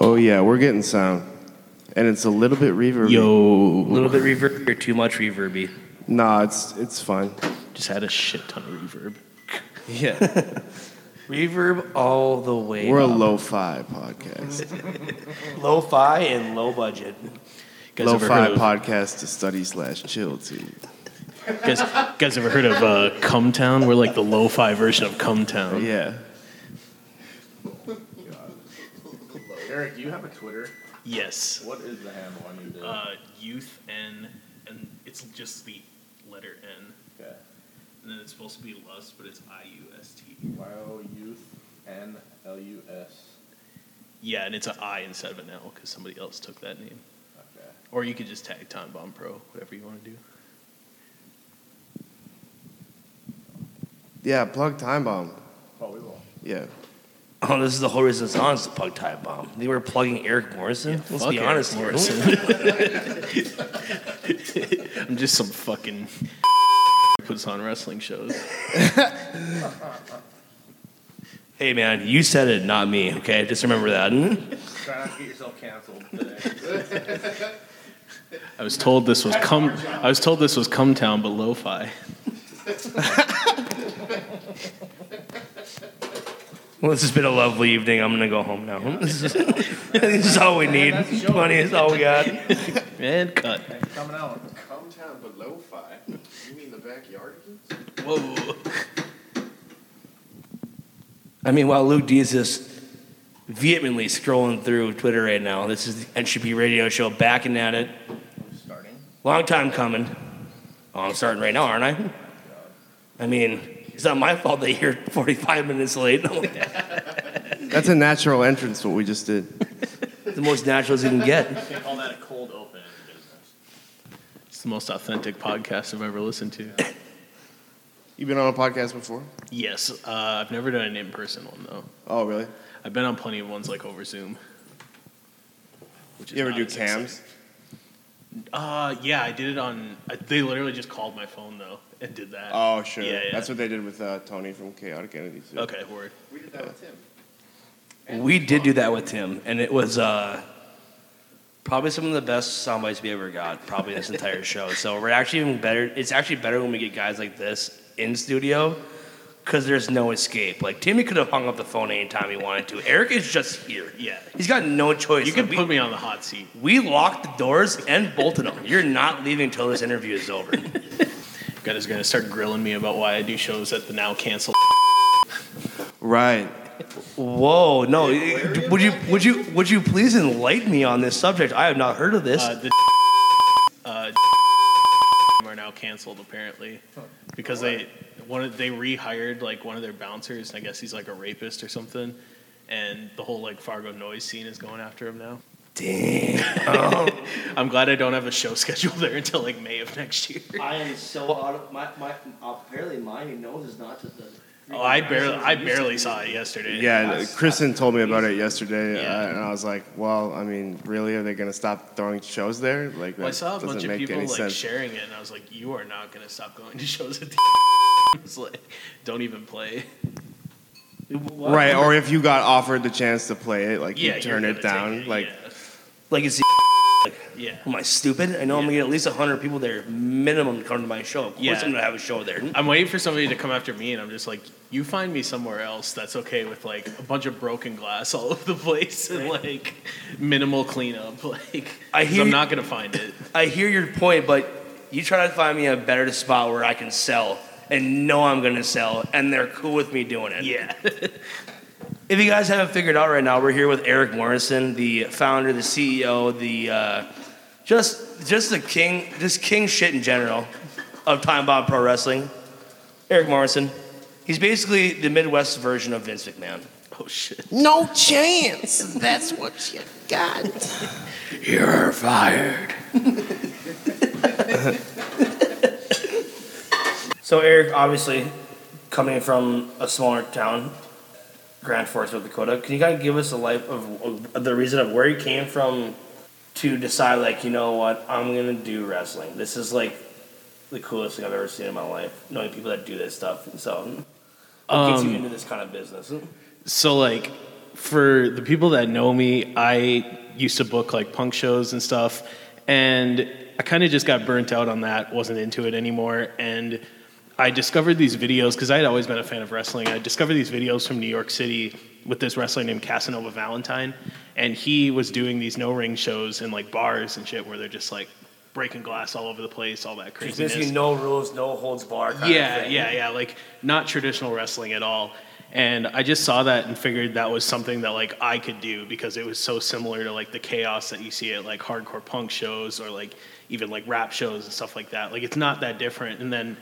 Oh yeah, we're getting sound, and it's a little bit reverb. Yo. A little bit reverb or too much reverby. Nah, it's it's fine. Just had a shit ton of reverb. Yeah, Reverb all the way. we're a up. lo-fi podcast. lo-fi and low budget. You guys ever lo-fi heard of, podcast to study slash chill to. guys, guys ever heard of uh, Cumtown? We're like the lo-fi version of Cumtown. Yeah. Eric, do you have a Twitter? Yes. What is the handle I need to? Uh, youth N, and it's just the letter N, okay. and then it's supposed to be lust, but it's I U S T. Lyle Youth N L U S. Yeah, and it's an I instead of an L because somebody else took that name. Okay. Or you could just tag Time Bomb Pro, whatever you want to do. Yeah, plug time bomb. Oh, we will. Yeah. Oh, this is the whole reason it's on is the plug time bomb. They were plugging Eric Morrison. Let's Fuck be Eric honest, here. Morrison. I'm just some fucking puts on wrestling shows. Hey man, you said it, not me. Okay, just remember that. Hmm? Try not to get yourself canceled today. I was told this was cum. I was told this was cum town, but lo-fi. Well, this has been a lovely evening. I'm gonna go home now. Hmm? this is, this is all we need. Money is all we got. And cut. Coming out. Come town, but lo-fi. You mean the backyard? Whoa. I mean, while Luke D is just vehemently scrolling through Twitter right now, this is the NCP Radio Show backing at it. Starting. Long time coming. Oh, I'm starting right now, aren't I? I mean, it's not my fault that you're 45 minutes late. the That's a natural entrance. What we just did. most natural as you can get. They call that a cold open in business. It's the most authentic podcast I've ever listened to. You've been on a podcast before? Yes, uh, I've never done an in-person one though. Oh, really? I've been on plenty of ones like over Zoom. Which You ever not do as exciting. cams? Uh, yeah, I did it on. I, they literally just called my phone though and did that. Oh, sure. Yeah, yeah. That's what they did with uh, Tony from Chaotic Entity. Too. Okay, word. We did that with Tim. We did do that with Tim, and it was uh, probably some of the best sound bites we ever got, probably this entire show. So we're actually even better. It's actually better when we get guys like this in studio because there's no escape. Like, Timmy could have hung up the phone anytime he wanted to. Eric is just here. Yeah. He's got no choice. You can Like, we- put me on the hot seat. We locked the doors and bolted them. You're not leaving until this interview is over. Guys are gonna start grilling me about why I do shows at the now canceled. Right. Whoa, no. Would you would you would you please enlighten me on this subject? I have not heard of this. Uh, the uh, are now canceled apparently because they one of, they rehired like one of their bouncers and I guess he's like a rapist or something, and the whole like Fargo noise scene is going after him now. Oh. Damn. I'm glad I don't have a show scheduled there until like May of next year. I am so out of my my apparently mine nose is not to the Oh, I barely I barely saw it yesterday. Yeah, Kristen told me about it yesterday, Yeah. uh, and I was like, "Well, I mean, really, are they going to stop throwing shows there? Like, Well, I that saw a bunch doesn't of make people any like sense." sharing it, and I was like, "You are not going to stop going to shows at the." it's like, don't even play. right? Or if you got offered the chance to play it, like, Yeah, you turn you're it gonna take down. like, like it's yeah. yeah. am I stupid? I know I'm gonna get at least hundred people there minimum to come to my show. Of course Yeah. I'm gonna have a show there. I'm waiting for somebody to come after me, and I'm just like, "You find me somewhere else that's okay with like a bunch of broken glass all over the place and like minimal cleanup." Like, I 'cause hear I'm you- not going to find it. I hear your point, but you try to find me a better spot where I can sell and know I'm gonna sell and they're cool with me doing it. Yeah. If you guys haven't figured out right now, we're here with Eric Morrison, the founder, the CEO, the uh, just just the king, just king shit in general of Time Bomb Pro Wrestling. Eric Morrison, he's basically the Midwest version of Vince McMahon. oh shit. No chance. That's what you got. You're fired. so Eric, obviously, coming from a smaller town, Grand Forks, North Dakota, can you kind of give us a life of, of the reason of where you came from to decide, like, you know what, I'm gonna do wrestling. This is like the coolest thing I've ever seen in my life. Knowing Um, people that do this stuff, so. What gets you into this kind of business? So like for the people that know me, I used to book like punk shows and stuff, and I kind of just got burnt out on that. wasn't into it anymore, and I discovered these videos because I had always been a fan of wrestling. I discovered these videos from New York City with this wrestler named Casanova Valentine, and he was doing these no ring shows in like bars and shit where they're just like breaking glass all over the place, all that It's craziness. basically no rules, no holds barred. kind of Yeah, thing. yeah, yeah. Like not traditional wrestling at all. And I just saw that and figured that was something that like I could do because it was so similar to like the chaos that you see at like hardcore punk shows or like even like rap shows and stuff like that. Like it's not that different. And then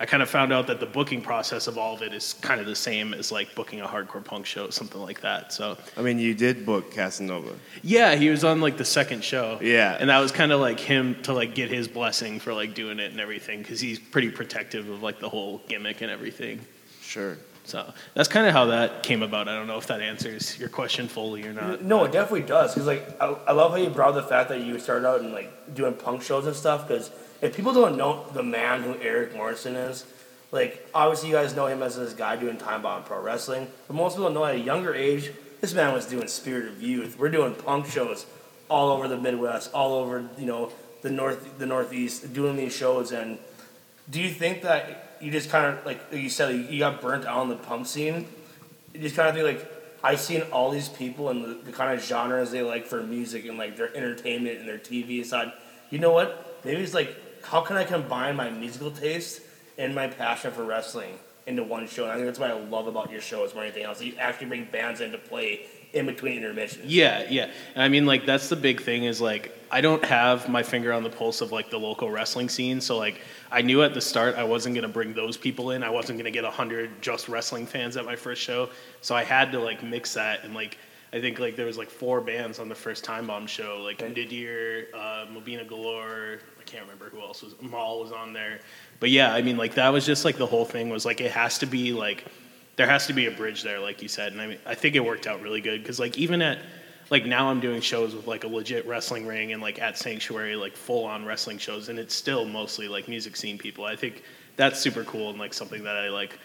I kind of found out that the booking process of all of it is kind of the same as like booking a hardcore punk show, something like that. So I mean, you did book Casanova. yeah, he was on like the second show. Yeah. and that was kind of like him to like get his blessing for like doing it and everything because he's pretty protective of like the whole gimmick and everything. Sure. So that's kind of how that came about. I don't know if that answers your question fully or not. No, it definitely does. Cause like I, I love how you brought up the fact that you started out in like doing punk shows and stuff. Cause if people don't know the man who Eric Morrison is, like obviously you guys know him as this guy doing time bomb pro wrestling. But most people know at a younger age, this man was doing Spirit of Youth. We're doing punk shows all over the Midwest, all over you know the north, the Northeast, doing these shows. And do you think that you just kind of like you said you got burnt out on the punk scene? you just kind of think like I've seen all these people and the, the kind of genres they like for music and like their entertainment and their TV side. You know what? Maybe it's like how can I combine my musical taste and my passion for wrestling into one show? And I think that's what I love about your shows more than anything else. that You actually bring bands into play in between intermissions. Yeah, yeah. And I mean, like that's the big thing is like I don't have my finger on the pulse of like the local wrestling scene. So like I knew at the start I wasn't gonna bring those people in. I wasn't gonna get hundred just wrestling fans at my first show. So I had to like mix that and like. I think like there was like four bands on the first Time Bomb show, like Okay. Didier, uh, Mobina Galore. I can't remember who else was. Maul was on there, but yeah, I mean like that was just like the whole thing was like it has to be like there has to be a bridge there, like you said. And I mean, I think it worked out really good because, like, even at like now I'm doing shows with like a legit wrestling ring and like at Sanctuary, like full on wrestling shows, and it's still mostly like music scene people. I think that's super cool and like something that I like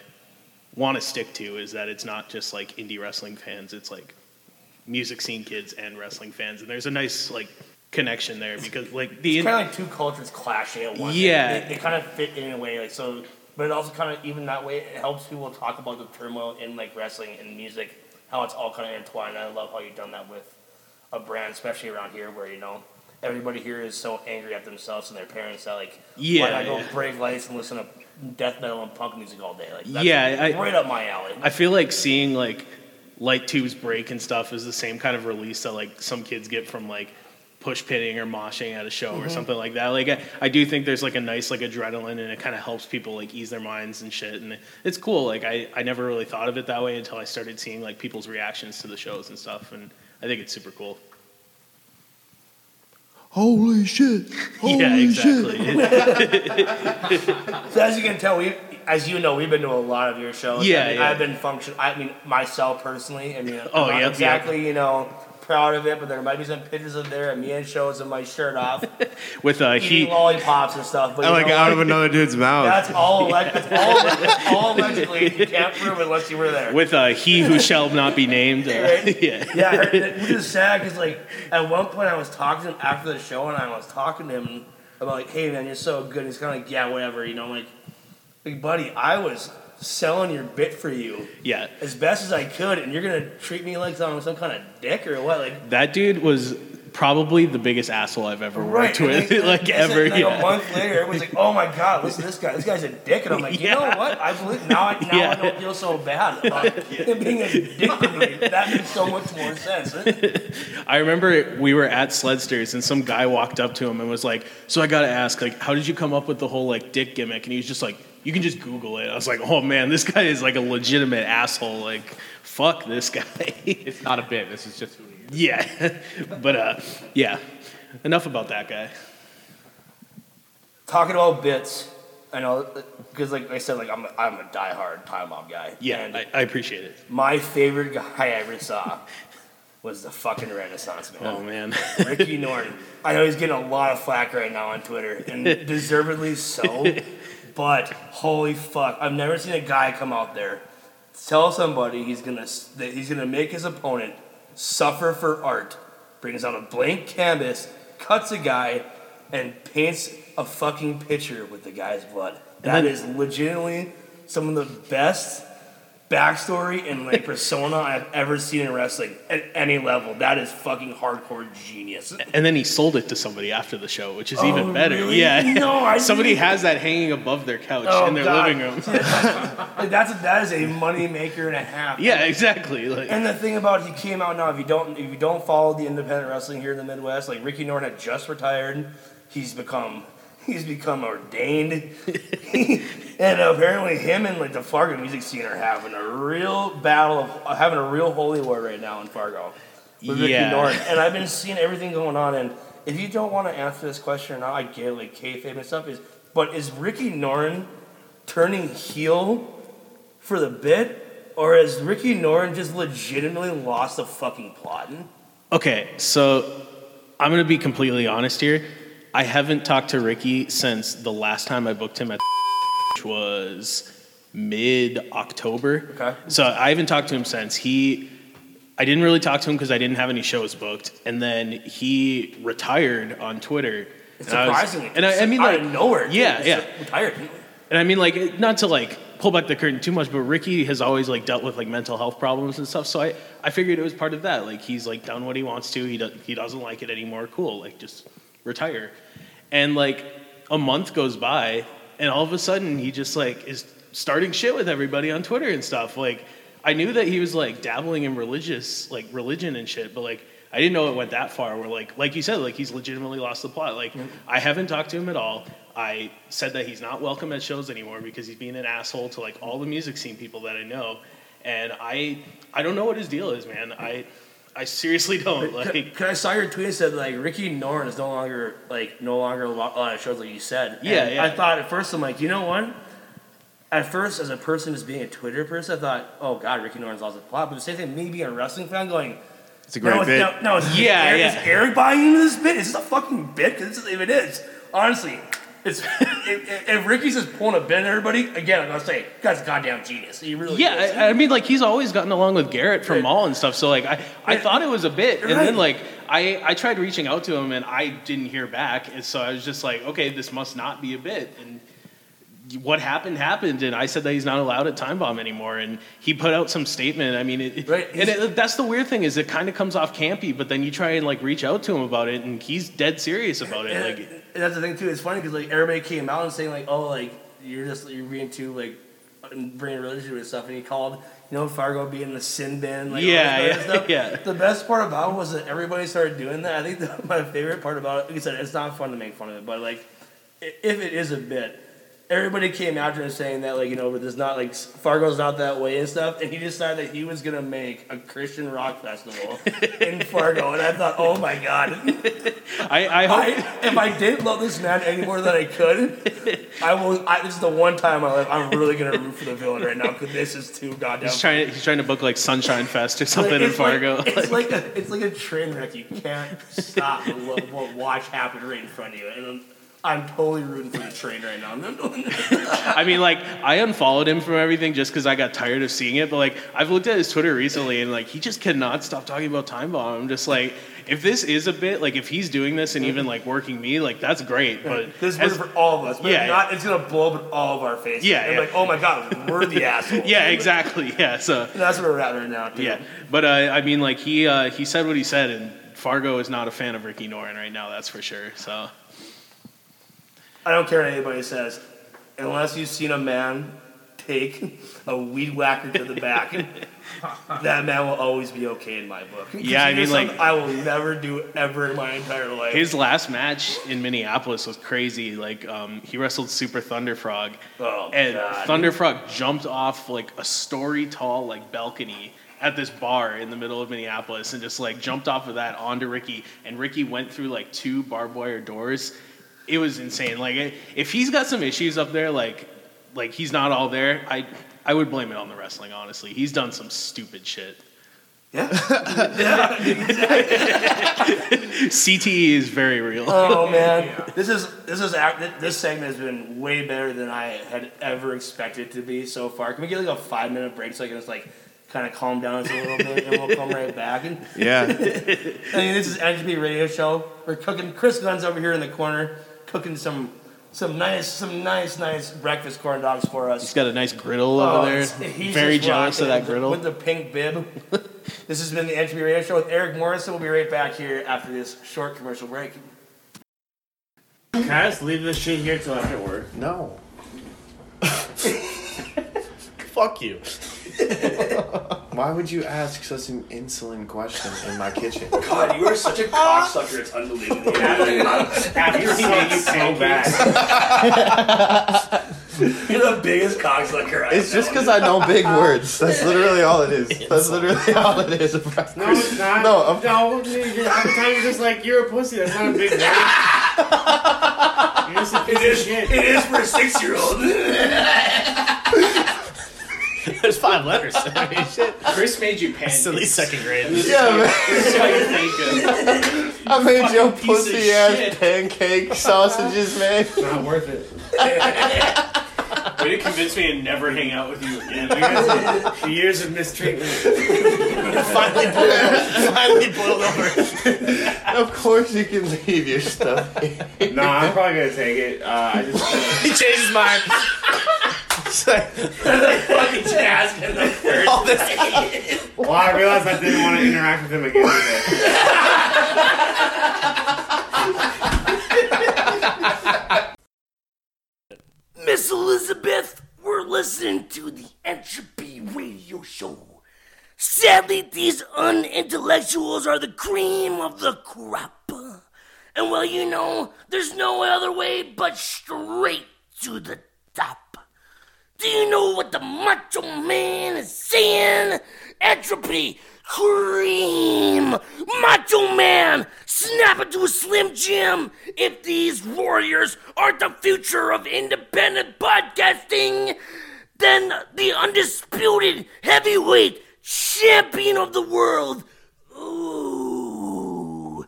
want to stick to is that it's not just like indie wrestling fans, it's like music scene kids and wrestling fans, and there's a nice like connection there because like the It's kind of like two cultures clashing at once. Yeah. they, they kind of fit in a way. Like so, but it also kind of even that way it helps people talk about the turmoil in like wrestling and music, how it's all kind of intertwined. I love how you've done that with a brand, especially around here where you know everybody here is so angry at themselves and their parents that like why Yeah, not go yeah. break lights and listen to death metal and punk music all day? Like that's Yeah, I- right up my alley. I feel like seeing like light tubes break and stuff is the same kind of release that like some kids get from like push pitting or moshing at a show Mm-hmm. or something like that. Like I, I do think there's like a nice like adrenaline and it kind of helps people like ease their minds and shit and it's cool. Like I I never really thought of it that way until I started seeing like people's reactions to the shows and stuff and I think it's super cool. Holy shit! yeah, exactly. It- So as you can tell, we, as you know, we've been to a lot of your shows. Yeah, I mean, yeah. I've been function. I mean, myself personally. I mean, Oh, I'm not yep, yep. exactly. You know, proud of it, but there might be some pictures of there and me in shows and my shirt off, with uh, eating heat. lollipops and stuff. But you I like know, out of another dude's oh. mouth. that's all. Ele- that's all. That's all allegedly. You can't prove unless you were there. With uh, he who shall not be named. Uh, Right? yeah. yeah, I heard that- which is sad because like at one point I was talking to him after the show and I was talking to him about like, hey man, you're so good. And he's kind of like, yeah, whatever, you know, I'm like, like buddy, I was selling your bit for you Yeah. as best as I could, and you're gonna treat me like some some kind of dick or what? Like That dude was probably the biggest asshole I've ever worked and with, then- like and ever. then, Like yeah. a month later, everyone's like, "Oh my god, listen to this guy. This guy's a dick." And I'm like, "You Yeah. know what? I believe now. I, now Yeah. I don't feel so bad about him being a dick to me. That makes so much more sense." I remember we were at Sledsters and some guy walked up to him and was like, "So I gotta ask, like, how did you come up with the whole like dick gimmick?" And he was just like, "You can just Google it." I was like, "Oh man, this guy is like a legitimate asshole. Like, fuck this guy." It's not a bit. This is just who he is. yeah, but uh, yeah. Enough about that guy. Talking about bits, I know because, like I said, like I'm a, I'm a diehard time bomb guy. Yeah, And I, I appreciate it. my favorite guy I ever saw was the fucking Renaissance man. Oh man. Ricky Norton. I know he's getting a lot of flack right now on Twitter, and deservedly so. But holy fuck, I've never seen a guy come out there tell somebody he's gonna s- that he's gonna make his opponent suffer for art. Brings out a blank canvas, cuts a guy, and paints a fucking picture with the guy's blood. That is legitimately some of the best backstory and like persona I've ever seen in wrestling at any level. That is fucking hardcore genius. And then he sold it to somebody after the show, which is even Oh, better. really? Yeah. No, I somebody didn't- has that hanging above their couch Oh, in their God. living room. Like, that's that is a money maker and a half. Yeah, exactly. Like And the thing about he came out now, if you don't if you don't follow the independent wrestling here in the Midwest, like Ricky Norton had just retired, he's become he's become ordained, and apparently him and like the Fargo music scene are having a real battle of having a real holy war right now in Fargo with Yeah. Ricky Norton. And I've been seeing everything going on. And if you don't want to answer this question or not, I get like kayfabe and stuff is, but is Ricky Norton turning heel for the bit? Or has Ricky Norton just legitimately lost the fucking plot? Okay, so I'm gonna be completely honest here. I haven't talked to Ricky since the last time I booked him at which was mid October. Okay. So I haven't talked to him since. He I didn't really talk to him because I didn't have any shows booked. And then he retired on Twitter. And I was- Surprisingly, and I, I mean, like, out of nowhere. yeah, dude. yeah. Just Retired. and I mean, like, not to like pull back the curtain too much, but Ricky has always like dealt with like mental health problems and stuff. So I, I figured it was part of that. Like, he's like done what he wants to. He does, he doesn't like it anymore. Cool. Like, just retire. And like a month goes by, and all of a sudden he just like is starting shit with everybody on Twitter and stuff. Like, I knew that he was like dabbling in religious, like religion and shit, but like. I didn't know it went that far. Where like, like you said, like he's legitimately lost the plot. Like, I haven't talked to him at all. I said that he's not welcome at shows anymore because he's being an asshole to like all the music scene people that I know, and I I don't know what his deal is, man. I I seriously don't Could, like. I saw your tweet that said like Ricky Norton is no longer like no longer a lot, a lot of shows like you said. Yeah, And yeah. I thought at first I'm like, you know what? At first, as a person just being a Twitter person, I thought, oh god, Ricky Norton's lost the plot. But the same thing, me being a wrestling fan, going, It's a no, great it's, bit. no, no, it's Yeah, Eric, yeah. Is Eric buying into this bit? Is this a fucking bit? Because this is, if it is, honestly, it's if, if Ricky's just pulling a bit on everybody again. I'm gonna say, guy's a goddamn genius. He really is. Yeah, I, I mean, like he's always gotten along with Garrett from Right. Mall and stuff. So like, I, I thought it was a bit, and Right. then like I I tried reaching out to him and I didn't hear back, and so I was just like, okay, this must not be a bit, and what happened happened and i said that he's not allowed at time bomb anymore and he put out some statement i mean it, Right, and it, that's the weird thing is it kind of comes off campy but then you try and like reach out to him about it and he's dead serious about it And, like and that's the thing too. It's funny because like everybody came out and saying like, "Oh, like you're just you're being too like bringing religion and stuff," and he called you know Fargo being the sin bin. Like, all Yeah, this other yeah, yeah. The best part about it was that everybody started doing that. I think the, my favorite part about it, like I said, it's not fun to make fun of it, but like i- if it is a bit. Everybody came after him saying that, like, you know, but there's not, like, Fargo's not that way and stuff. And he decided that he was going to make a Christian rock festival in Fargo. And I thought, oh my God, i i hope I, if I didn't love this man any more than I could, I will. I, this is the one time in my life I'm really gonna root for the villain right now because this is too goddamn. he's trying he's trying to book like sunshine fest or Like, something in it's like- fargo it's like a, it's like a train wreck. You can't stop but what, what watch happen right in front of you, and I'm, I'm totally rooting for the train right now. I mean, like, I unfollowed him from everything just because I got tired of seeing it. But like, I've looked at his Twitter recently, and like, he just cannot stop talking about Time Bomb. I'm just like, if this is a bit, like, if he's doing this and even like working me, like, that's great. But this is as- for all of us, but Yeah, not, it's gonna blow up in all of our faces. Yeah, and yeah. like oh my god, we're the assholes. yeah, exactly. Yeah, so That's where we're at right now. Dude. yeah, but uh, I mean, like, he uh, he said what he said, and Fargo is not a fan of Ricky Norton right now. That's for sure. So I don't care what anybody says, unless you've seen a man take a weed whacker to the back, that man will always be okay in my book. Yeah, I mean, There's something like- I will never do ever in my entire life. His last match in Minneapolis was crazy. Like um, he wrestled Super Thunder Frog, Oh, and God. Thunder Frog jumped off like a story tall like balcony at this bar in the middle of Minneapolis, and just like jumped off of that onto Ricky, and Ricky went through like two barbed wire doors. It was insane. Like i- if he's got some issues up there, like like he's not all there. I I would blame it on the wrestling. Honestly, he's done some stupid shit. CTE E is very real. Oh man, this is this is ac- th- this segment has been way better than I had ever expected it to be so far. Can we get like a five minute break so I can just like kind of calm down just a little bit and we'll come right back? And Yeah. I mean, this is NGP Radio Show. We're cooking. Chris Gunn's over here in the corner cooking some some nice some nice nice breakfast corn dogs for us. He's got a nice griddle Oh, over it's- there. he's Very just jealous of rocking that griddle. With the pink bib. this has been the NGP Radio Show with Eric Morrison. We'll be right back here after this short commercial break. Can I just leave this shit here till after work? No. Fuck you. Why would you ask such an insolent question in my kitchen? God, you are such a cocksucker. It's unbelievable. after he made you so bad. You're the biggest cocksucker. It's just because I know big words. That's literally all it is. That's literally all it is. No, it's not. No, I'm- no. dude, I'm telling you, just like you're a pussy. That's not a big word. You're just a piece of shit. It is for a six-year-old. There's five letters. I mean, shit. Chris made you pants. It's at least second grade. Yeah, man. I made your pussy ass pancake sausages, man. Not worth it. Way to convince me to never hang out with you again. Years of mistreatment. finally boiled over. Finally boiled over. Of course you can leave your stuff. here. No, I'm probably gonna take it. Uh, I just He changed his mind. It's like, all this. well, I realized I didn't want to interact with him again. Today. Miss Elizabeth, we're listening to the Entropy Radio Show. Sadly, these unintellectuals are the cream of the crop. And well, you know, there's no other way but straight to the top. Do you know what the Macho Man is saying? Entropy, cream, Macho Man, snap into a Slim Jim. If these warriors aren't the future of independent podcasting, then the undisputed heavyweight champion of the world. Ooh,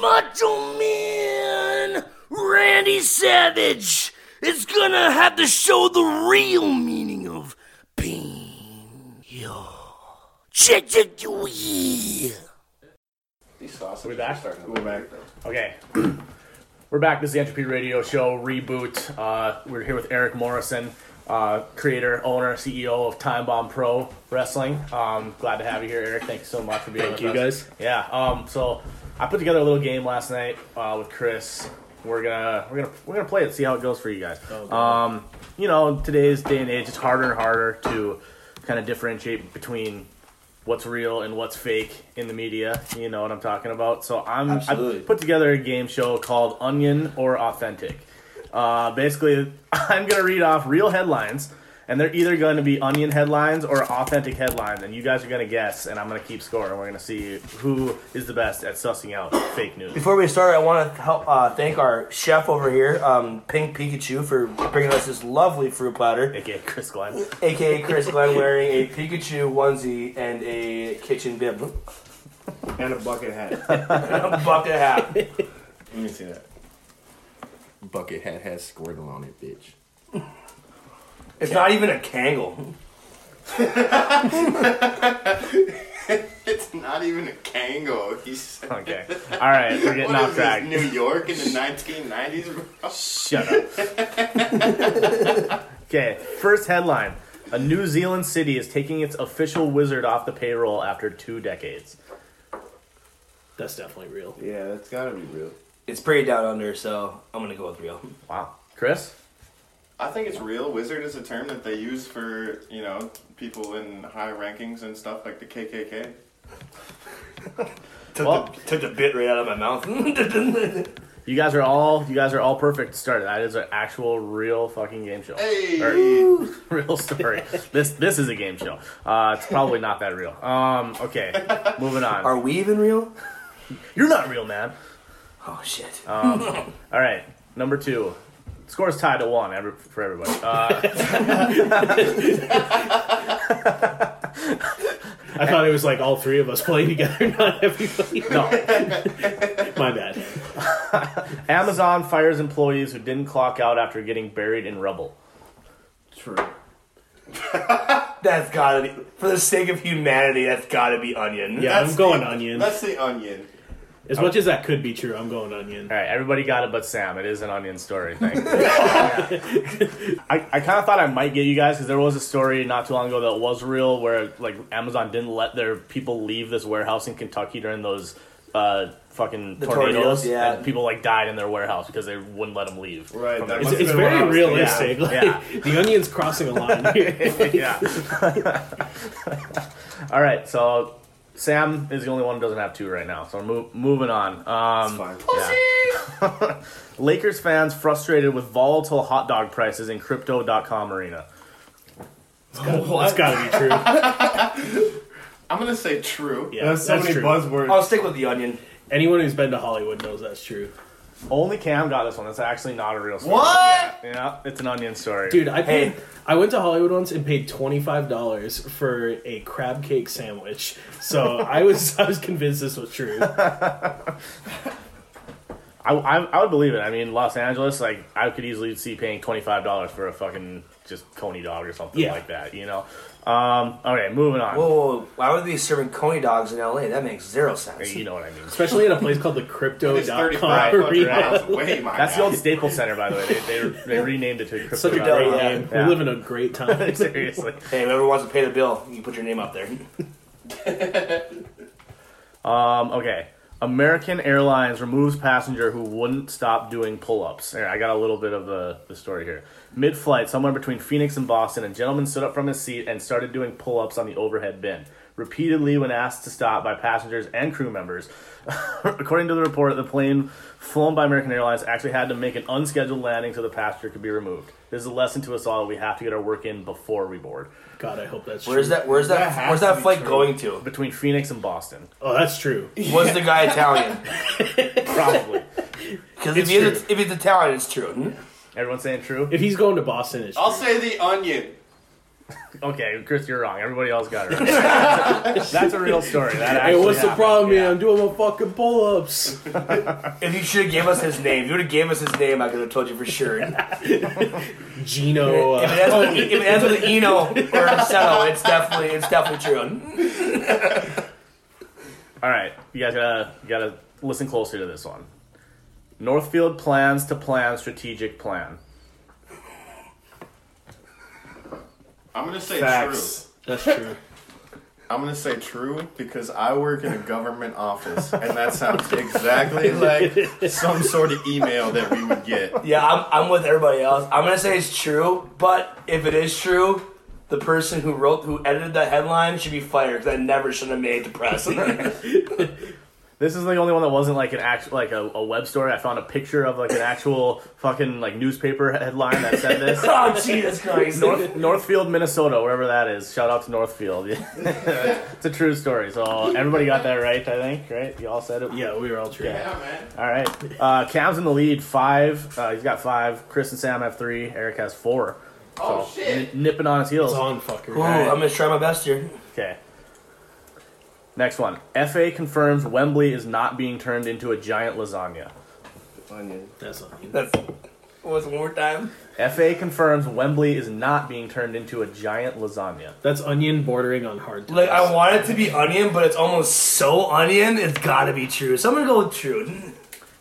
Macho Man, Randy Savage is gonna have to show the real meaning of pain. Yo, check check you yeah. We're back. We're back. Okay. We're back. This is the Entropy Radio Show reboot. Uh, we're here with Eric Morrison, uh, creator, owner, CEO of Time Bomb Pro Wrestling. Um, glad to have you here, Eric. Thank you so much for being Thank with you, us. guys. Yeah. Um, so I put together a little game last night uh, with Chris. We're gonna we're gonna we're gonna play it. See how it goes for you guys. um, you know, in today's day and age, it's harder and harder to kind of differentiate between what's real and what's fake in the media. You know what I'm talking about. So I'm I Absolutely. put together a game show called Onion or Authentic. Uh, basically, I'm gonna read off real headlines, and they're either going to be onion headlines or authentic headlines, and you guys are gonna guess, and I'm gonna keep score, and we're gonna see who is the best at sussing out fake news. Before we start, I want to help, uh, thank our chef over here, um, Pink Pikachu, for bringing us this lovely fruit platter, AKA Chris Glenn. aka Chris Glenn wearing a Pikachu onesie and a kitchen bib, And a bucket hat. a bucket hat. Let me see that. Buckethead has Squirtle on it, bitch. It's not even a Kangle. It's not even a Kango. He's Okay. All right, we're getting off track. New York in the 1990s? Shut up. okay, first headline. A New Zealand city is taking its official wizard off the payroll after two decades. That's definitely real. Yeah, that's gotta be real. It's pretty down under, so I'm gonna go with real. Wow. Chris? I think it's real. Wizard is a term that they use for, you know, people in high rankings and stuff like the KKK. Took, Well- the, took the bit right out of my mouth. You guys are all you guys are all perfect to start. That is an actual real fucking game show. Hey! Or, real story. this this is a game show. Uh, it's probably not that real. Um, okay, moving on. Are we even real? You're not real, man. Um, Oh shit. All right, number two. Score's tied at one every, for everybody. Uh, I thought it was like all three of us playing together, not everybody. No, my bad. Amazon fires employees who didn't clock out after getting buried in rubble. True. that's gotta be for the sake of humanity. That's gotta be onion. Yeah, That's I'm going the- onion. That's the onion. As much as that could be true, I'm going onion. All right, everybody got it but Sam. It is an onion story. Thank you. I, I kind of thought I might get you guys because there was a story not too long ago that was real where like Amazon didn't let their people leave this warehouse in Kentucky during those uh, fucking The tornadoes, tornadoes, yeah. and people like died in their warehouse because they wouldn't let them leave. Right, from that their- must It's, it's Must've been very when I was- realistic. Like, yeah. The onion's crossing a line here. yeah. All right, so Sam is the only one who doesn't have two right now. So move, moving on. Um, yeah. Lakers fans frustrated with volatile hot dog prices in crypto.com arena. That's gotta be true. I'm gonna say true. Yeah, There's so that's many true. buzzwords. I'll stick with the onion. Anyone who's been to Hollywood knows that's true. Only Cam got this one. That's actually not a real story. What? Yeah, it's an onion story. Dude, I paid. Hey. I went to Hollywood once and paid twenty five dollars for a crab cake sandwich. So I was I was convinced this was true. I, I, I would believe it. I mean, Los Angeles, like I could easily see paying twenty five dollars for a fucking just coney dog or something Yeah. like that. You know. Um, okay, moving on. Whoa, whoa, whoa, why would they be serving coney dogs in L.A.? That makes zero sense. You know what I mean. Especially at a place called the It's Crypto.com 35 fucking Arena. miles away, my That's guy. the old Staples Center, by the way. They, they, they renamed it to Crypto. Such a Yeah. great game. Yeah. We're living a great time. Seriously. Hey, whoever wants to pay the bill, you put your name up there. Um, okay. American Airlines removes passenger who wouldn't stop doing pull-ups. All right, I got a little bit of the, the story here. Mid-flight, somewhere between Phoenix and Boston, a gentleman stood up from his seat and started doing pull-ups on the overhead bin. Repeatedly, when asked to stop by passengers and crew members, according to the report, the plane flown by American Airlines actually had to make an unscheduled landing so the passenger could be removed. This is a lesson to us all. We have to get our work in before we board. God, I hope that's true. Where's that? Where's that? That has where's to that be flight true. going to? Between Phoenix and Boston, Oh, that's true. Was the guy Italian? probably. Because if, It's he is- true. if he's Italian, it's true. Everyone saying true? If he's going to Boston, it's I'll say the onion. Okay, Chris, you're wrong. Everybody else got it right. That's a real story. That Hey, actually what's the happened. problem, Yeah. man? I'm doing my fucking pull ups. If you should have gave us his name, if you would have gave us his name, I could have told you for sure. If it Gino. Uh, ends with, E, if it ends with Eno or Marcelo, it's definitely it's definitely true. All right, you guys gotta you gotta listen closely to this one. Northfield plans to plan strategic plan. I'm gonna say Facts. true. that's true. I'm gonna say true because I work in a government office, and that sounds exactly like some sort of email that we would get. Yeah, I'm, I'm with everybody else. I'm gonna say it's true, but if it is true, the person who wrote who edited that headline should be fired because I never should have made the press. This is the only one that wasn't like an act like a, a web story. I found a picture of like an actual fucking like newspaper headline that said this. oh Jesus Christ! North, Northfield, Minnesota, wherever that is. Shout out to Northfield. it's a true story. So everybody got that right, I think. Right? You all said it. Yeah, we were all true. All right. Uh, Cam's in the lead, five. Uh, he's got five. Chris and Sam have three. Eric has four. So, oh, shit. nipping on his heels. It's on, fucker. Ooh, I'm gonna try my best here. Okay. Next one. FA confirms Wembley is not being turned into a giant lasagna. Onion. That's onion. That's what's one more time. FA confirms Wembley is not being turned into a giant lasagna. That's onion bordering on hard. Like times. I want it to be onion, but it's almost so onion. It's gotta be true. So I'm gonna go with true.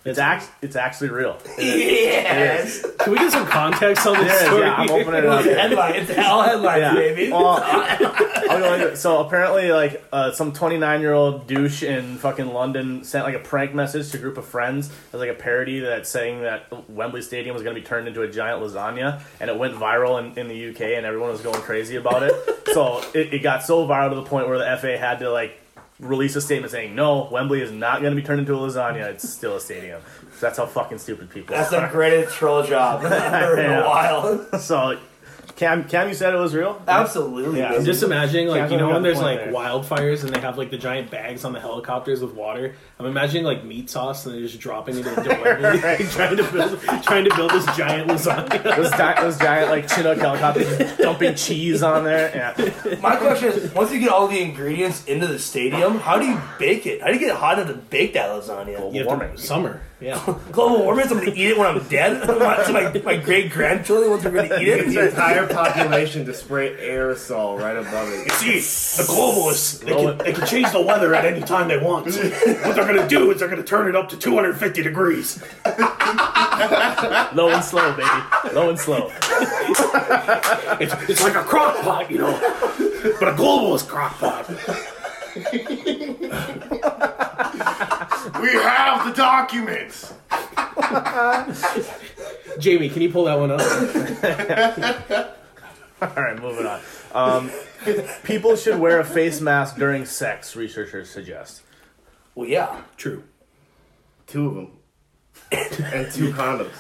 It's, act- it's actually real. yes. Can we get some context on There this it is. story? Yeah, I'm opening it up. here. headline. It's all headlines, Yeah. baby. Well, I'll go into it. So apparently, like uh, some 29 year old douche in fucking London sent like a prank message to a group of friends as like a parody that's saying that Wembley Stadium was going to be turned into a giant lasagna, and it went viral in, in the UK, and everyone was going crazy about it. so it, it got so viral to the point where the FA had to like release a statement saying, "No, Wembley is not going to be turned into a lasagna. It's still a stadium." So that's how fucking stupid people. That's are. the greatest troll job I've ever heard in Yeah. a while. So Cam, Cam, you said it was real. Absolutely. Yeah. dude. I'm just imagining, like, Sounds you know, like when a there's like point wildfires and they have like the giant bags on the helicopters with water. I'm imagining like meat sauce and they're just dropping it into delivery, trying to build, trying to build this giant lasagna. Those, di- those giant like Chinook helicopters just dumping cheese on there. Yeah. My question is, once you get all the ingredients into the stadium, how do you bake it? How do you get it hot enough to bake that lasagna? You have to- Warming. summer, yeah. Global warming? So I'm gonna eat it when I'm dead. my, my, my great grandchildren once we're gonna eat It's the it. entire population to spray aerosol right above it. See, the globalists, they can, they can change the weather at any time they want. what they're going to do is they're going to turn it up to 250 degrees. Low and slow, baby. Low and slow. It's, it's like a crock pot, you know, but a globalist crock pot. We have the documents. Jamie, can you pull that one up? All right, moving on. Um, people should wear a face mask during sex. Researchers suggest. Well, yeah. True. Two of them. and two condoms.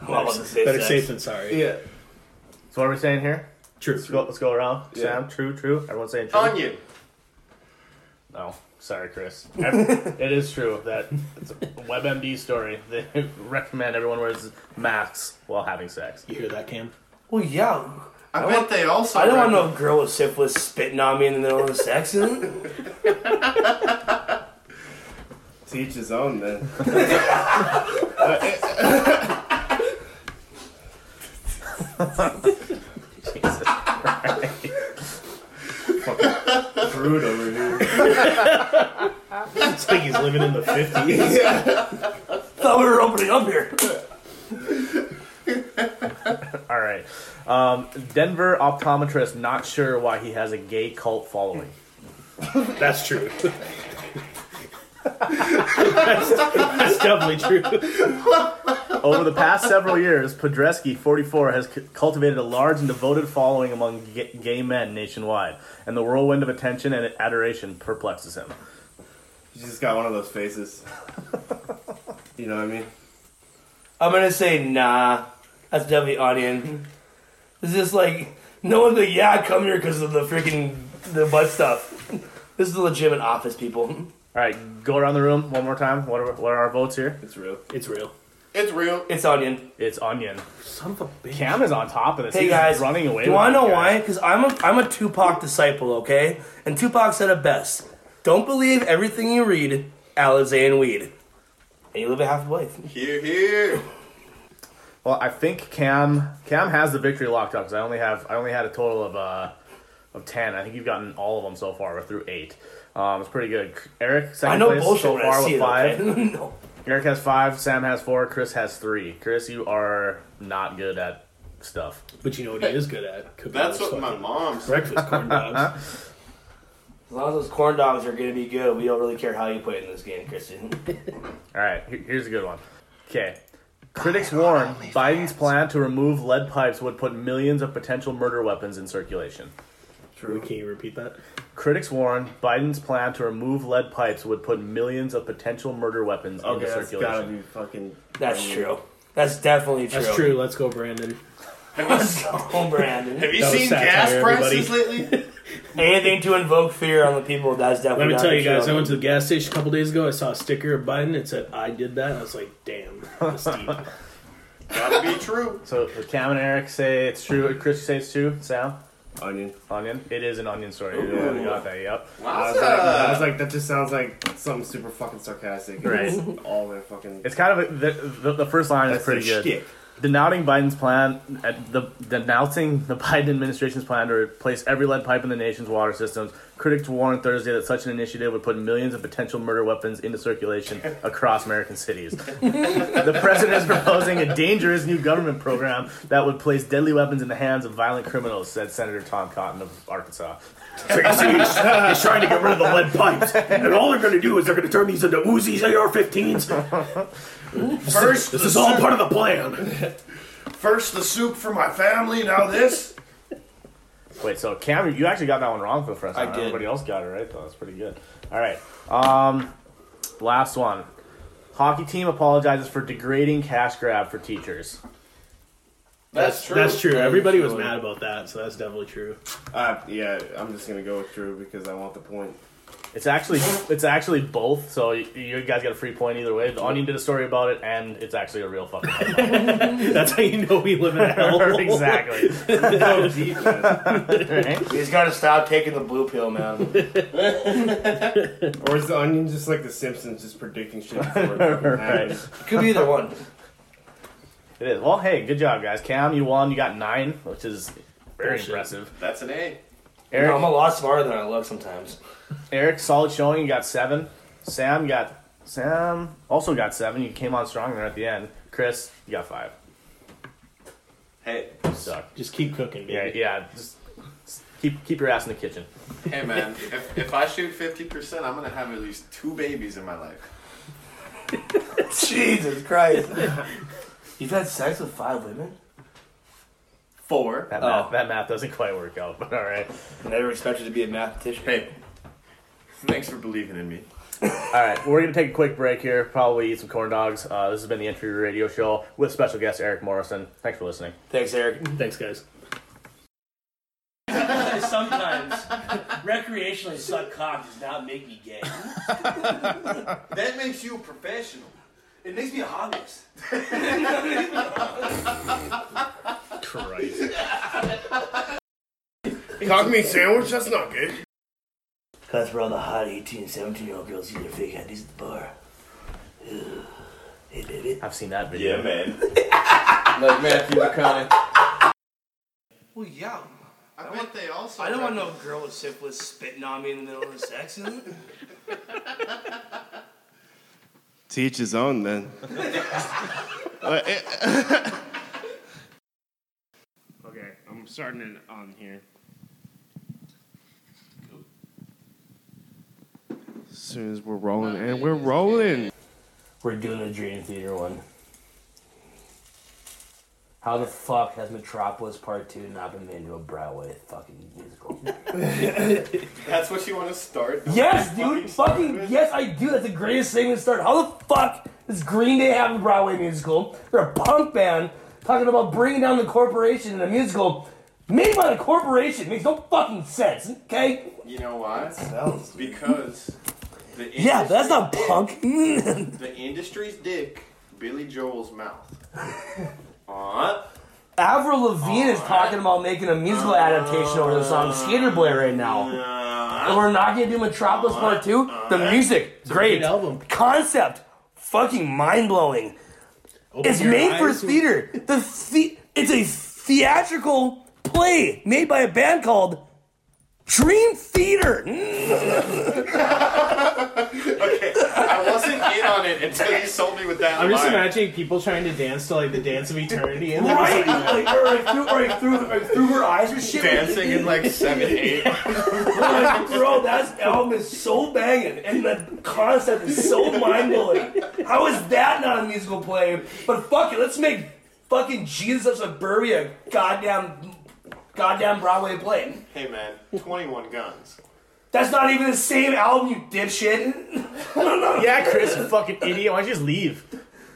I'm not about to say Better sex. safe than sorry. Yeah. So what are we saying here? True. Let's go, let's go around. Yeah. Sam, true, true. Everyone's saying true. Onion. No, sorry, Chris. Ev- it is true that it's a WebMD story. They recommend everyone wears masks while having sex. You hear that, Cam? Well, yeah. I, bet they also. I don't want reckon- no girl with syphilis spitting on me in the middle of sex. Isn't it? Teach his own then. Rude over here. It's like he's living in the 50s. Thought we were opening up here. All right. Um, Denver optometrist not sure why he has a gay cult following. That's true. that's, that's definitely true. Over the past several years, Podreski, 44, has c- cultivated a large and devoted following among ga- gay men nationwide, and the whirlwind of attention and adoration perplexes him. She's just got one of those faces. You know what I mean? I'm gonna say nah. That's definitely onion. It's just like no one's like, yeah, I come here because of the freaking the butt stuff. This is legitimate office people. All right, go around the room one more time. What are, what are our votes here? It's real. It's real. It's real. It's onion. It's Onion. Son of a bitch. Cam is on top of this. Hey, He's guys, running away. Do with I it, know guys. why? Because I'm a I'm a Tupac disciple, okay? And Tupac said it best: Don't believe everything you read. Alizé and weed, and you live a half life. Here, here. Well, I think Cam Cam has the victory locked up because I only have I only had a total of uh of ten. I think you've gotten all of them so far. We're through eight. Um, it's pretty good. Eric second I know place bullshit so when far I see with it. five. Okay? no. Eric has five. Sam has four. Chris has three. Chris, you are not good at stuff. But you know what he is good at? Cooking That's those what my fucking mom said. Breakfast corn dogs. As long as those corn dogs are gonna be good, we don't really care how you put it in this game, Christian. All right, here- here's a good one. Okay. Critics warn Biden's plan to remove lead pipes would put millions of potential murder weapons in circulation. True. Can you repeat that? Critics warn Biden's plan to remove lead pipes would put millions of potential murder weapons Okay, into that's gotta circulation. be fucking. That's true. That's definitely true. That's true. Let's go, Brandon. Let's go, Brandon. Have you That was seen satire, gas everybody. prices lately? Anything to invoke fear on the people, that's Let definitely. me not tell you true. guys, I went to the gas station a couple days ago. I saw a sticker of Biden. It said, I did that. And I was like, damn, that's deep. Gotta be true. So the Cam and Eric say it's true. Chris says it's true. Sam, Onion. onion. It is an onion story. Yeah, we got that. Yep. I was, like, I was like, that just sounds like something super fucking sarcastic. It's All their fucking. It's kind of a, the, the the first line is pretty their good. shtick. Denouncing Biden's plan, at the denouncing the Biden administration's plan to replace every lead pipe in the nation's water systems. Critics warned Thursday that such an initiative would put millions of potential murder weapons into circulation across American cities. the president is proposing a dangerous new government program that would place deadly weapons in the hands of violent criminals," said Senator Tom Cotton of Arkansas. He's trying to get rid of the lead pipes. And all they're going to do is they're going to turn these into Uzis, AR 15s. First, This is all part of the plan. first the soup for my family. Now this. Wait, so Cam, you actually got that one wrong for the first I time. did. Everybody else got it right, though. That's pretty good. All right. Um, last one. Hockey team apologizes for degrading cash grab for teachers. That's true. That's true. That is Everybody was true. mad about that, so that's definitely true. Uh, yeah, I'm just gonna go with Drew because I want the point. It's actually it's actually both. So y- you guys got a free point either way. The Onion did a story about it, and it's actually a real fucking headline. That's how you know we live in hell. exactly. Oh, deep, man. Right? You just gotta stop taking the blue pill, man. Or is the onion just like the Simpsons, just predicting shit before it fucking happens? Could be either one. It is. Well, hey, good job, guys. Cam, you won. You got nine, which is very Bullshit. impressive. That's an A. Eric, No, I'm a lot smarter than I look sometimes. Eric, solid showing. You got seven. Sam got Sam also got seven. You came on strong there at the end. Chris, you got five. Hey, You suck. Just keep cooking, Yeah, baby. yeah. Just just keep keep your ass in the kitchen. Hey man, if, if I shoot fifty percent, I'm gonna have at least two babies in my life. Jesus Christ. You've had sex with five women? Four. That Oh. math that math doesn't quite work out, but all right. Never expected to be a mathematician. Hey, thanks for believing in me. All right, we're gonna take a quick break here. Probably eat some corn dogs. Uh, this has been the Entry Radio Show with special guest Eric Morrison. Thanks for listening. Thanks, Eric. Thanks, guys. Sometimes recreationally suck cock does not make me gay. that makes you a professional. It makes me a hobbyist. Christ. Cock meat sandwich? That's not good. That's where all the hot 18 and 17 year old girls get their fake IDs at the bar. Ugh. Hey, baby. I've seen that video. man. like Matthew McConaughey. Well, yeah. I bet they also. I don't want no girl with syphilis spitting on me in the middle of sex. Teach his own then. okay, I'm starting it on here. As soon as we're rolling, and we're rolling. We're doing the Dream Theater one. How the fuck has Metropolis Part 2 not been made into a Broadway fucking musical? That's what you want to start. yes, dude! Fucking yes, I do. That's the greatest thing to start. How the fuck does Green Day have a Broadway musical? They're a punk band talking about bringing down the corporation in a musical made by the corporation. Makes no fucking sense, okay? You know why? Because the Yeah, industry- that's not punk. Mm. the industry's dick, Billy Joel's mouth. uh, Avril Lavigne is talking about making a musical adaptation over the song Skater Boy right now. And we're not gonna do Metropolis Part 2. The music, great. album. Concept, fucking mind blowing. It's your made for eyes. theater. The, the It's a theatrical play made by a band called Dream Theater. I wasn't in on it until you sold me with that I'm just line. imagining people trying to dance to like the dance of eternity and like, Right? Like, or like through, or like through, like through her eyes or shit. Dancing in like seven, eight. Like, bro, that album is so banging, and the concept is so mind blowing. How is that not a musical play? But fuck it, let's make fucking Jesus of Suburbia a goddamn, goddamn Broadway play. hey man, 21 guns. That's not even the same album, you dipshit. Yeah, Chris, you fucking idiot. Why don't you just leave?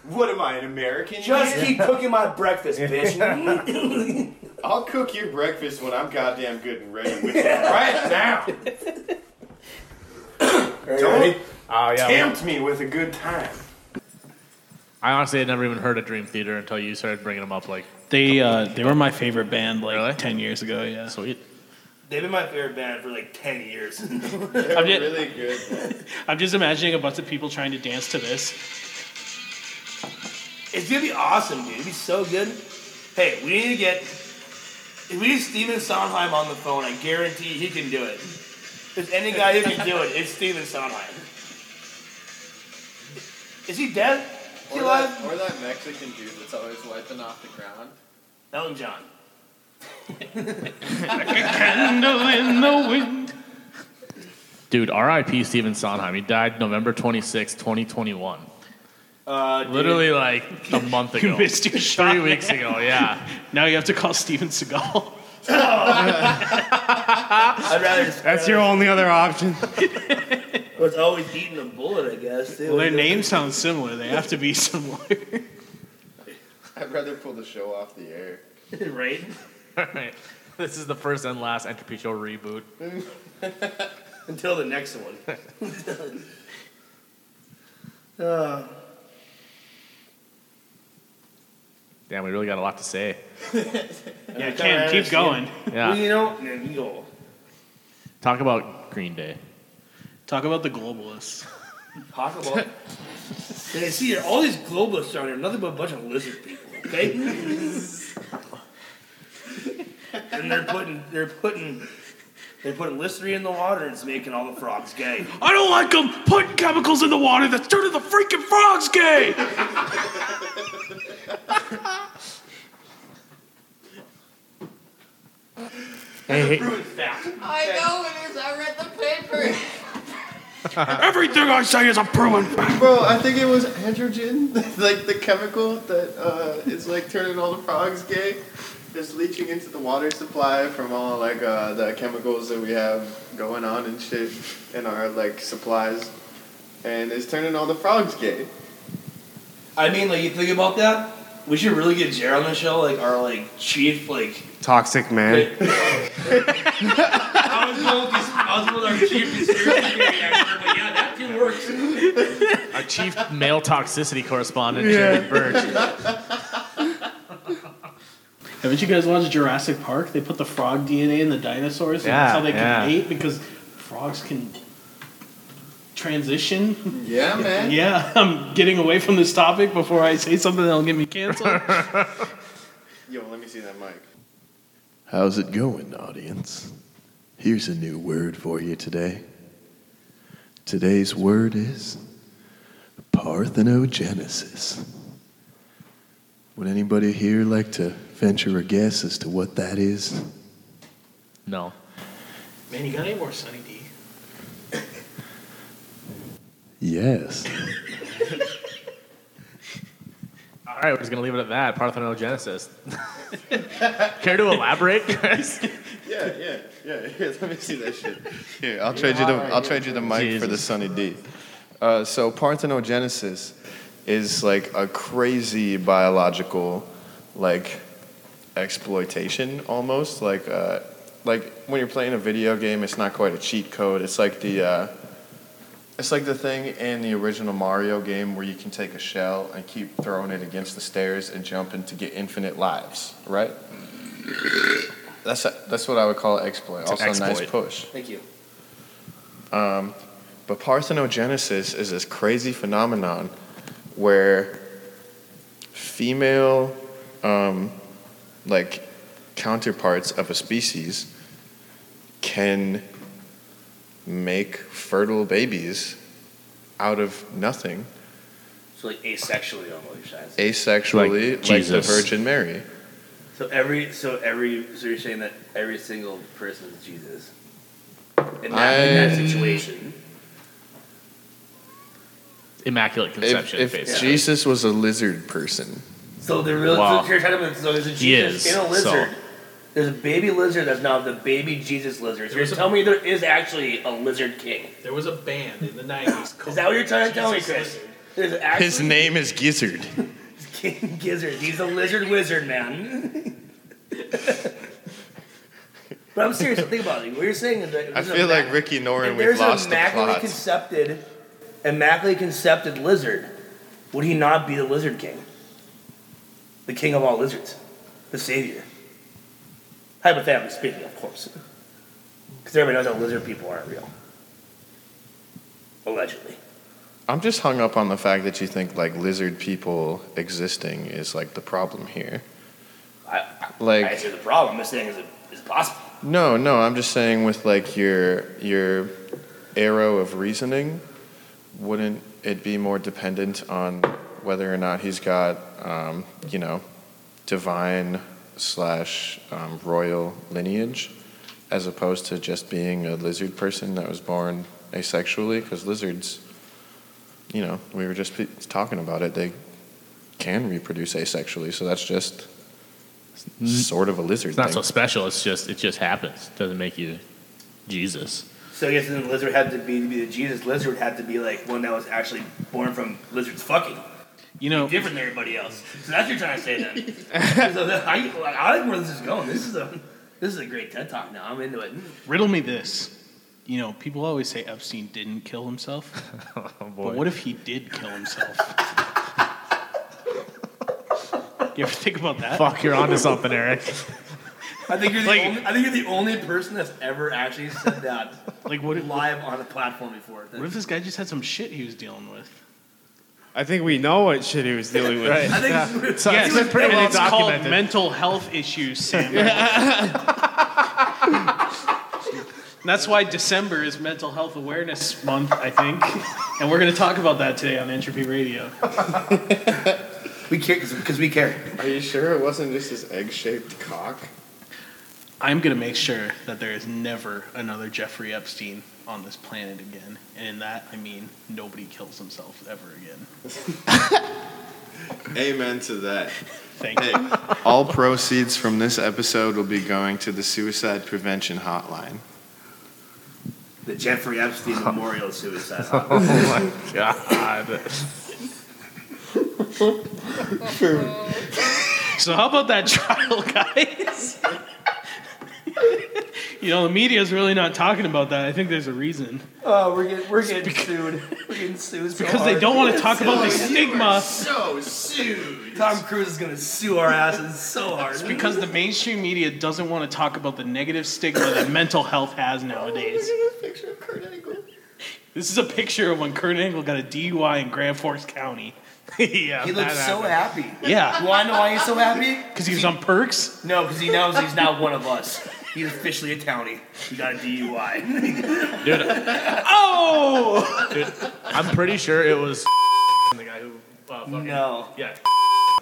What am I, an American? Just here? keep cooking my breakfast, bitch. I'll cook your breakfast when I'm goddamn good and ready with you right now. Don't Oh yeah. tempt me with a good time. I honestly had never even heard of Dream Theater until you started bringing them up. Like, They uh, they were my favorite band like Really? ten years ago. Yeah. sweet. They've been my favorite band for like ten years. I'm just, Really good. I'm just imagining a bunch of people trying to dance to this. It's gonna be awesome, dude. It'd be so good. Hey, we need to get if we get Steven Sondheim on the phone, I guarantee he can do it. If there's any guy who can do it, it's Steven Sondheim. Is he dead? Is he Or alive? that, or that Mexican dude that's always wiping off the ground. Elton John. Dude, RIP Steven Sondheim. He died November twenty sixth, 2021. Uh, dude, Literally like a month You ago. missed your shot. Three weeks ago, yeah. Now you have to call Steven Seagal. I'd rather just That's your only other option. was always eating a bullet, I guess. Dude. Well, their names sound similar. They have to be similar. I'd rather pull the show off the air. right? All right. This is the first and last Entropy Show reboot. Until the next one. uh, Damn, we really got a lot to say. Yeah, Cam, keep going. Yeah. you know, man, you go. Talk about Green Day. Talk about the globalists. Talk about. They see here, all these globalists down here, nothing but a bunch of lizard people, okay? and they're putting, they're putting, they're putting listerine in the water, and it's making all the frogs gay. I don't like them putting chemicals in the water that's turning the freaking frogs gay. Hey, I know it is. I read the paper. Everything I say is a proven Bro, I think it was androgen, like the chemical that uh, is like turning all the frogs gay. It's leaching into the water supply from all like uh, the chemicals that we have going on and shit in our like supplies, and it's turning all the frogs gay. I mean, like, you think about that? We should really get Jer on the show, like, our, like, chief, like, Toxic man. I was going with, these, I was going with our chief conspiracy theory expert, but yeah, that thing works. our chief male toxicity correspondent, Yeah. Jeremy Birch. Haven't you guys watched Jurassic Park? They put the frog DNA in the dinosaurs, and Yeah, that's how they yeah. can mate because frogs can transition. Yeah, man. yeah, I'm getting away from this topic before I say something that'll get me canceled. Yo, let me see that mic. How's it going, audience? Here's a new word for you today. Today's word is parthenogenesis. Would anybody here like to venture a guess as to what that is? No. Man, you got any more Sunny D? Yes. All right, we're just gonna leave it at that. Parthenogenesis. Care to elaborate, Chris? Yeah, yeah, yeah. Here, let me see that shit. Here, I'll trade you the I'll trade you the mic for the Sunny D. Uh, so parthenogenesis is like a crazy biological like exploitation almost like uh, like when you're playing a video game it's not quite a cheat code it's like the uh, it's like the thing in the original Mario game where you can take a shell and keep throwing it against the stairs and jumping to get infinite lives right that's that's what I would call exploit It's an also a nice exploit. push Thank you. um, but parthenogenesis is this crazy phenomenon where female, um, like, counterparts of a species can make fertile babies out of nothing So, like, asexually on both sides. Like asexually, like, the Jesus. Virgin Mary. So every, so every, so you're saying that every single person is Jesus in that, in that I- situation. Immaculate If, conception. if basically. Jesus was a lizard person, So there really, Wow. so you're telling me- so there's a He Jesus is, in a so- lizard. There's a baby lizard that's now the baby Jesus lizard. So you're telling me there is actually a lizard king. There was a band in the 90s Is that what you're trying to tell me, Chris? There's actually his name is Gizzard. King Gizzard. He's a lizard wizard, man. but I'm serious. Think about it. What you're saying is that I there's a feel ma- like Ricky if Norin, we've there's lost a the immaculately plot. concepted, immaculately concepted lizard. Would he not be the lizard king? The king of all lizards, the savior. Hypothetically speaking, of course, because everybody knows that lizard people aren't real. Allegedly. I'm just hung up on the fact that you think like lizard people existing is like the problem here. I, Like- I see the problem. This thing is, is possible. No, no, I'm just saying with like your your arrow of reasoning, wouldn't it be more dependent on whether or not he's got um, you know divine slash um, royal lineage, as opposed to just being a lizard person that was born asexually? Because lizards, you know, we were just pe- talking about it. They can reproduce asexually, so that's just sort of a lizard. It's not thing. so special. It's just it just happens. Doesn't make you Jesus. So I guess then the lizard had to be to be the Jesus lizard had to be like one that was actually born from lizards fucking. You know, different than everybody else. So that's what you're trying to say then. so that- I, I like where this is going. This is a this is a great TED talk. Now I'm into it. Riddle me this. You know, people always say Epstein didn't kill himself. Oh, But what if he did kill himself? you ever think about that? Fuck, you're onto something, Eric. I think you're the only, I think you're the only person that's ever actually said that like what live on a platform before. What if this guy just had some shit he was dealing with? I think we know what shit he was dealing with. Right. I think Yeah. it's- So yeah, it's it's- pretty and well it's called documented. mental health issues, Sam. That's why December is Mental Health Awareness Month, I think, and we're going to talk about that today on Entropy Radio. we care because we care. Are you sure it wasn't just his egg-shaped cock? I'm going to make sure that there is never another Jeffrey Epstein on this planet again, and in that I mean nobody kills himself ever again. Amen to that. Thank you. All proceeds from this episode will be going to the Suicide Prevention Hotline. The Jeffrey Epstein Memorial Suicide. Oh Hotline. my god. So how about that trial, guys? you know, the media's really not talking about that. I think there's a reason. Oh, we're getting we're getting sued. We're getting sued so because they hard. don't wanna talk about the So- stigma. So sued. Tom Cruise is gonna sue our asses so hard. It's because the mainstream media doesn't want to talk about the negative stigma that mental health has nowadays. This is a picture of when Kurt Angle got a DUI in Grand Forks County. yeah, he looks that so happened. happy. Yeah. You want to know why he's so happy? Because he was on perks? No, because he knows he's now one of us. He's officially a townie. He got a DUI. Dude. oh! I'm pretty sure it was the guy who no. Yeah.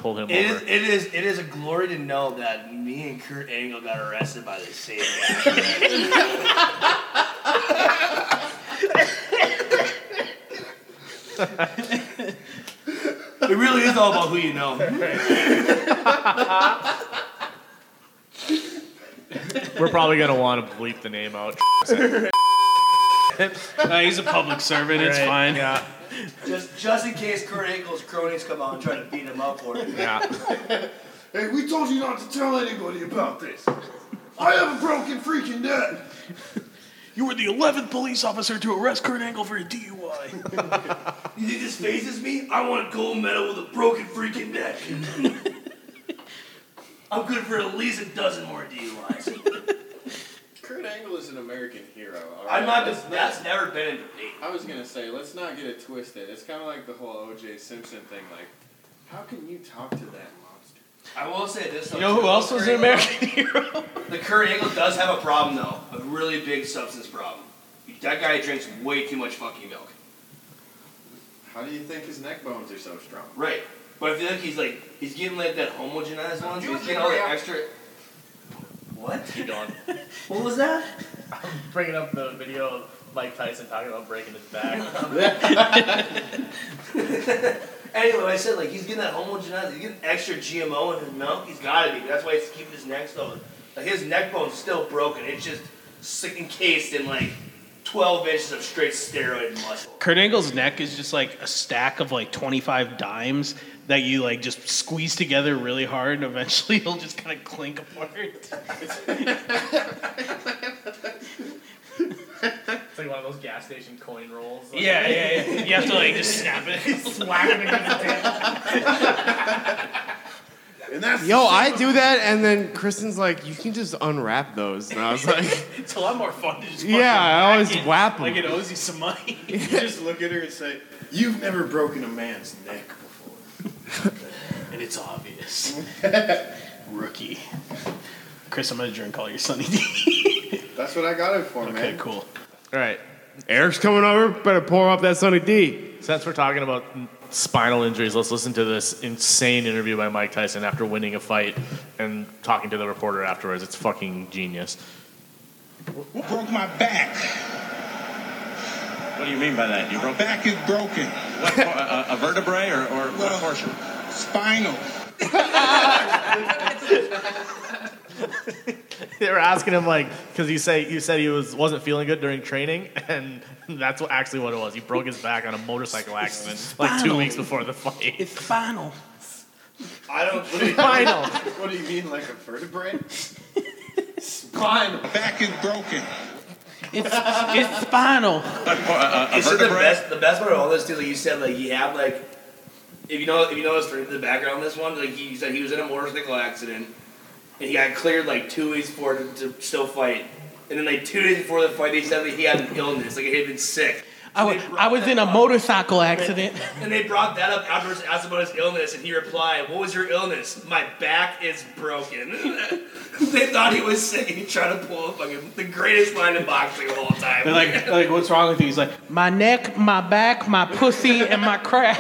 pulled him It is, over. it is it is a glory to know that me and Kurt Angle got arrested by the same guy. it really is all about who you know. We're probably gonna want to bleep the name out. Uh, he's a public servant. It's Right, fine. yeah. Just just in case Kurt Angle's cronies come out and try to beat him up for it. Yeah. Hey, we told you not to tell anybody about this. I have a broken freaking neck. You were the 11th police officer to arrest Kurt Angle for a DUI. You think this phases me? I want a gold medal with a broken freaking neck. I'm good for at least a dozen more DUIs. Kurt Angle is an American hero. all I'm not Let's just that's never been in debate. I was gonna say, let's not get it twisted. It's kind of like the whole O.J. Simpson thing. Like, how can you talk to that monster? I will say this. though, You know who too, else was Kurt an Angle- The Kurt Angle does have a problem though, a really big substance problem. That guy drinks way too much fucking milk. How do you think his neck bones are so strong? Right. But I feel like he's like he's getting like that homogenized one. So he's getting all that extra. What? Keep going. What was that? I'm bringing up the video of Mike Tyson talking about breaking his back. Anyway, I said like he's getting that homogenized. He's getting extra GMO in his milk. He's got to be. That's why he's keeping his neck so. Like his neck bone's still broken. It's just s- encased in like twelve inches of straight steroid muscle. Kurt Angle's neck is just like a stack of like 25 dimes that you like just squeeze together really hard and eventually it'll just kind of clink apart. It's like one of those gas station coin rolls. Yeah, yeah, yeah. You have to, like, just snap it. Slap it against the And that's the Yo, I shit. do that, and then Kristen's like, "You can just unwrap those," and I was like, it's a lot more fun to just fucking "Yeah, I always whack it, whap Like it them." owes you some money. You just look at her and say, "You've never broken a man's neck before," and it's obvious. Rookie. Chris, I'm gonna drink all your Sunny D. That's what I got it for, man. Okay, cool. All right. Eric's coming over. Better pour up that Sunny D. Since we're talking about spinal injuries, let's listen to this insane interview by Mike Tyson after winning a fight and talking to the reporter afterwards. It's fucking genius. What broke my back? What do you mean by that? You broke back is broken. What, a, a vertebrae or, or what portion? Spinal. they were asking him like because you say you said he was wasn't feeling good during training, and that's what, actually what it was. He broke his back on a motorcycle accident like two Spinal. weeks before the fight. It's final. I don't. What do you, Spinal. what do you mean, like a vertebrae? Spinal. Back is broken. It's, it's spinal. You said the best. The best part of all this too, like you said, like he had like, if you know, if you notice through the background on this one, like he said he was in a motorcycle accident, and he got cleared like two weeks before to, to still fight, and then like two days before the fight, they said that he had an illness, like he had been sick. I was, I was in a motorcycle accident. And they brought that up afterwards, asked about his illness, and he replied, "What was your illness? My back is broken." they thought he was sick, and he tried to pull a fucking the greatest line in boxing of all time. They're like, they're like, what's wrong with you? He's like, my neck, my back, my pussy, and my crack.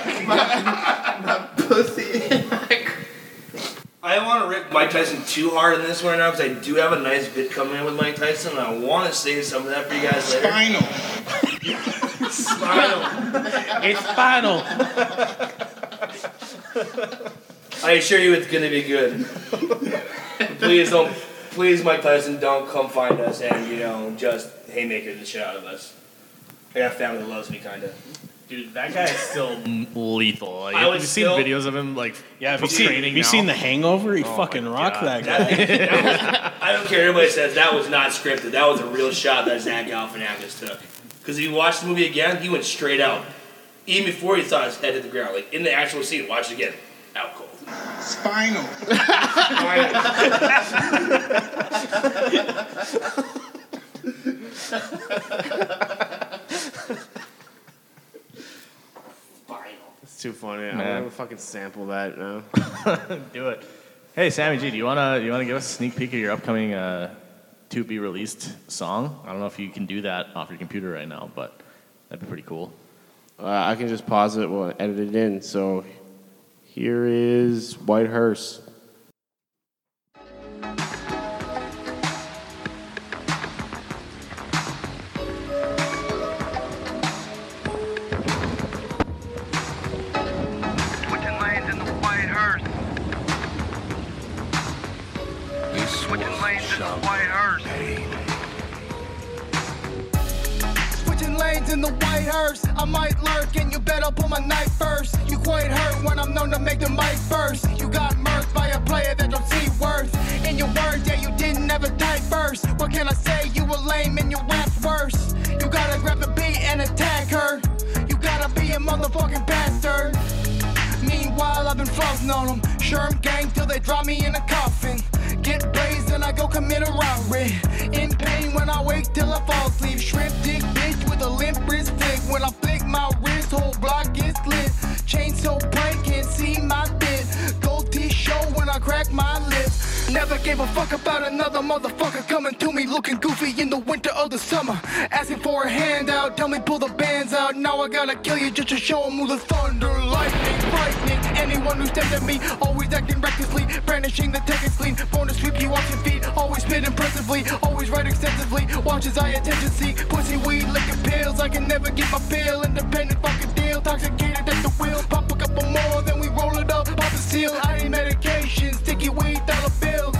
I don't want to rip Mike Tyson too hard in this one right now because I do have a nice bit coming in with Mike Tyson, and I want to save some of that for you guys later. Spinal. Spinal. It's spinal. I assure you, it's gonna be good. please don't, please, Mike Tyson, don't come find us and you know just haymaker the shit out of us. I got family that loves me, kinda. Dude, that guy is still. lethal. Like, I have would you still- seen videos of him like yeah, Have you seen, have you seen The Hangover? He Oh fucking rocked that guy. I don't care what anybody says. That was not scripted. That was a real shot that Zach Galifianakis took. Because if you watch the movie again, he went straight out. Even before he saw his head hit the ground, like in the actual scene, watch it again. Out cold. Spinal. It's too funny. Man. Oh, I'm gonna fucking sample that now. Do it. Hey, Sammy G, do you wanna you wanna give us a sneak peek of your upcoming uh, to be released song? I don't know if you can do that off your computer right now, but that'd be pretty cool. Uh, I can just pause it. We'll edit it in. So here is White Hearse. Switching lanes in the white hearse. Switching lanes in the white hearse. Switching lanes in the white hearse. I might lurk and you better pull my knife first. You quite hurt when I'm known to make the mic first. You got murked by a player that don't see worth. In your word, yeah, you didn't ever die first. What can I say? You were lame and you rap worse. You gotta grab the beat and attack her. You gotta be a motherfucking bastard. Meanwhile, I've been floating on them. Sherm gang till they drop me in a coffin. Get blazed and I go commit a robbery. In pain when I wake till I fall asleep. Shrimp dick bitch with a limp wrist flick. When I flick my wrist, whole block gets lit. Chain so bright, can't see my bit. Gold teeth show when I crack my lip. Never gave a fuck about another motherfucker coming to me looking goofy in the winter or the summer. Asking for a handout, tell me pull the bands out. Now I gotta kill you just to show 'em who the thunder lightning frightening. Anyone who steps at me, always acting recklessly, brandishing the tech is clean. Born to sweep you off your feet, always spit impressively, always right extensively. Watch as I attention seek, pussy weed, licking pills. I can never get my fill, independent fucking deal. Toxicated at the wheel, pop a couple more, then we roll it up, pop the seal. I need medication, sticky weed, dollar bill.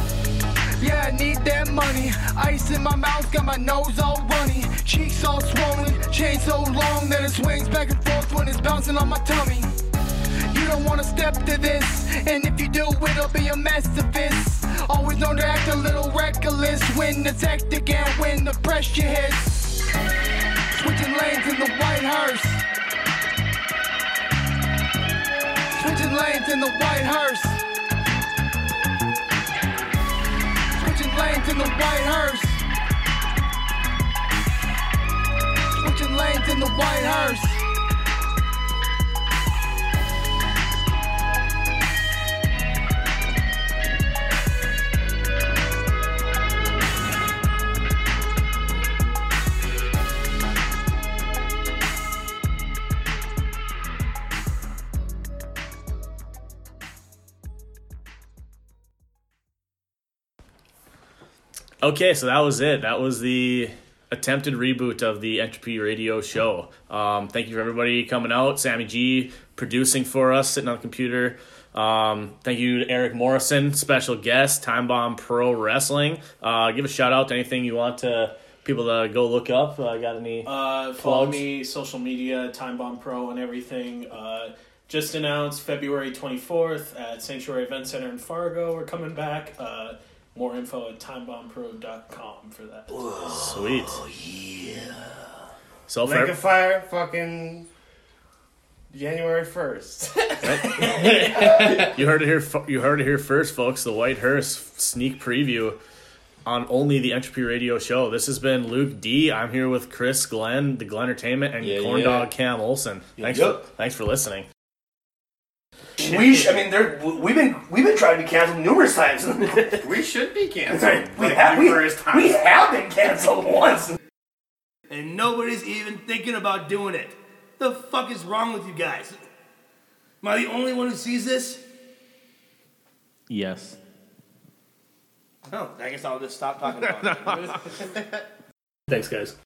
Yeah, I need that money. Ice in my mouth, got my nose all runny. Cheeks all swollen, chain so long that it swings back and forth when it's bouncing on my tummy. You don't wanna step to this, and if you do, it'll be a mess of this. Always known to act a little reckless when attacked again, when the pressure hits. Switching lanes in the white hearse. Switching lanes in the white hearse. Switching lanes in the white hearse. Switching lanes in the white hearse. Okay, so that was it. That was the attempted reboot of the Entropy Radio show. Um, thank you for everybody coming out. Sammy G producing for us, sitting on the computer. Um, thank you to Eric Morrison, special guest, Time Bomb Pro Wrestling. Uh, give a shout out to anything you want to people to go look up. Uh, got any? Uh, follow Plugs. me social media, Time Bomb Pro, and everything. Uh, just announced February 24th at Sanctuary Event Center in Fargo. We're coming back. Uh, more info at timebombpro.com for that. Oh, Sweet. So Lake for, of Fire, fucking January first. you heard it here. fo- You heard it here first, folks. The White Hearse sneak preview on only the Entropy Radio Show. This has been Luke D. I'm here with Chris Glenn, the Glenn Entertainment, and Yeah, Corn yeah. Dog Cam Olson. Thanks Yup. for thanks for listening. We, sh- I mean, there, w- we've been we've been trying to be canceled numerous times. we should be canceled. we, have, we, we have been canceled once. And nobody's even thinking about doing it. The fuck is wrong with you guys? Am I the only one who sees this? Yes. Oh, I guess I'll just stop talking about it. Thanks, guys.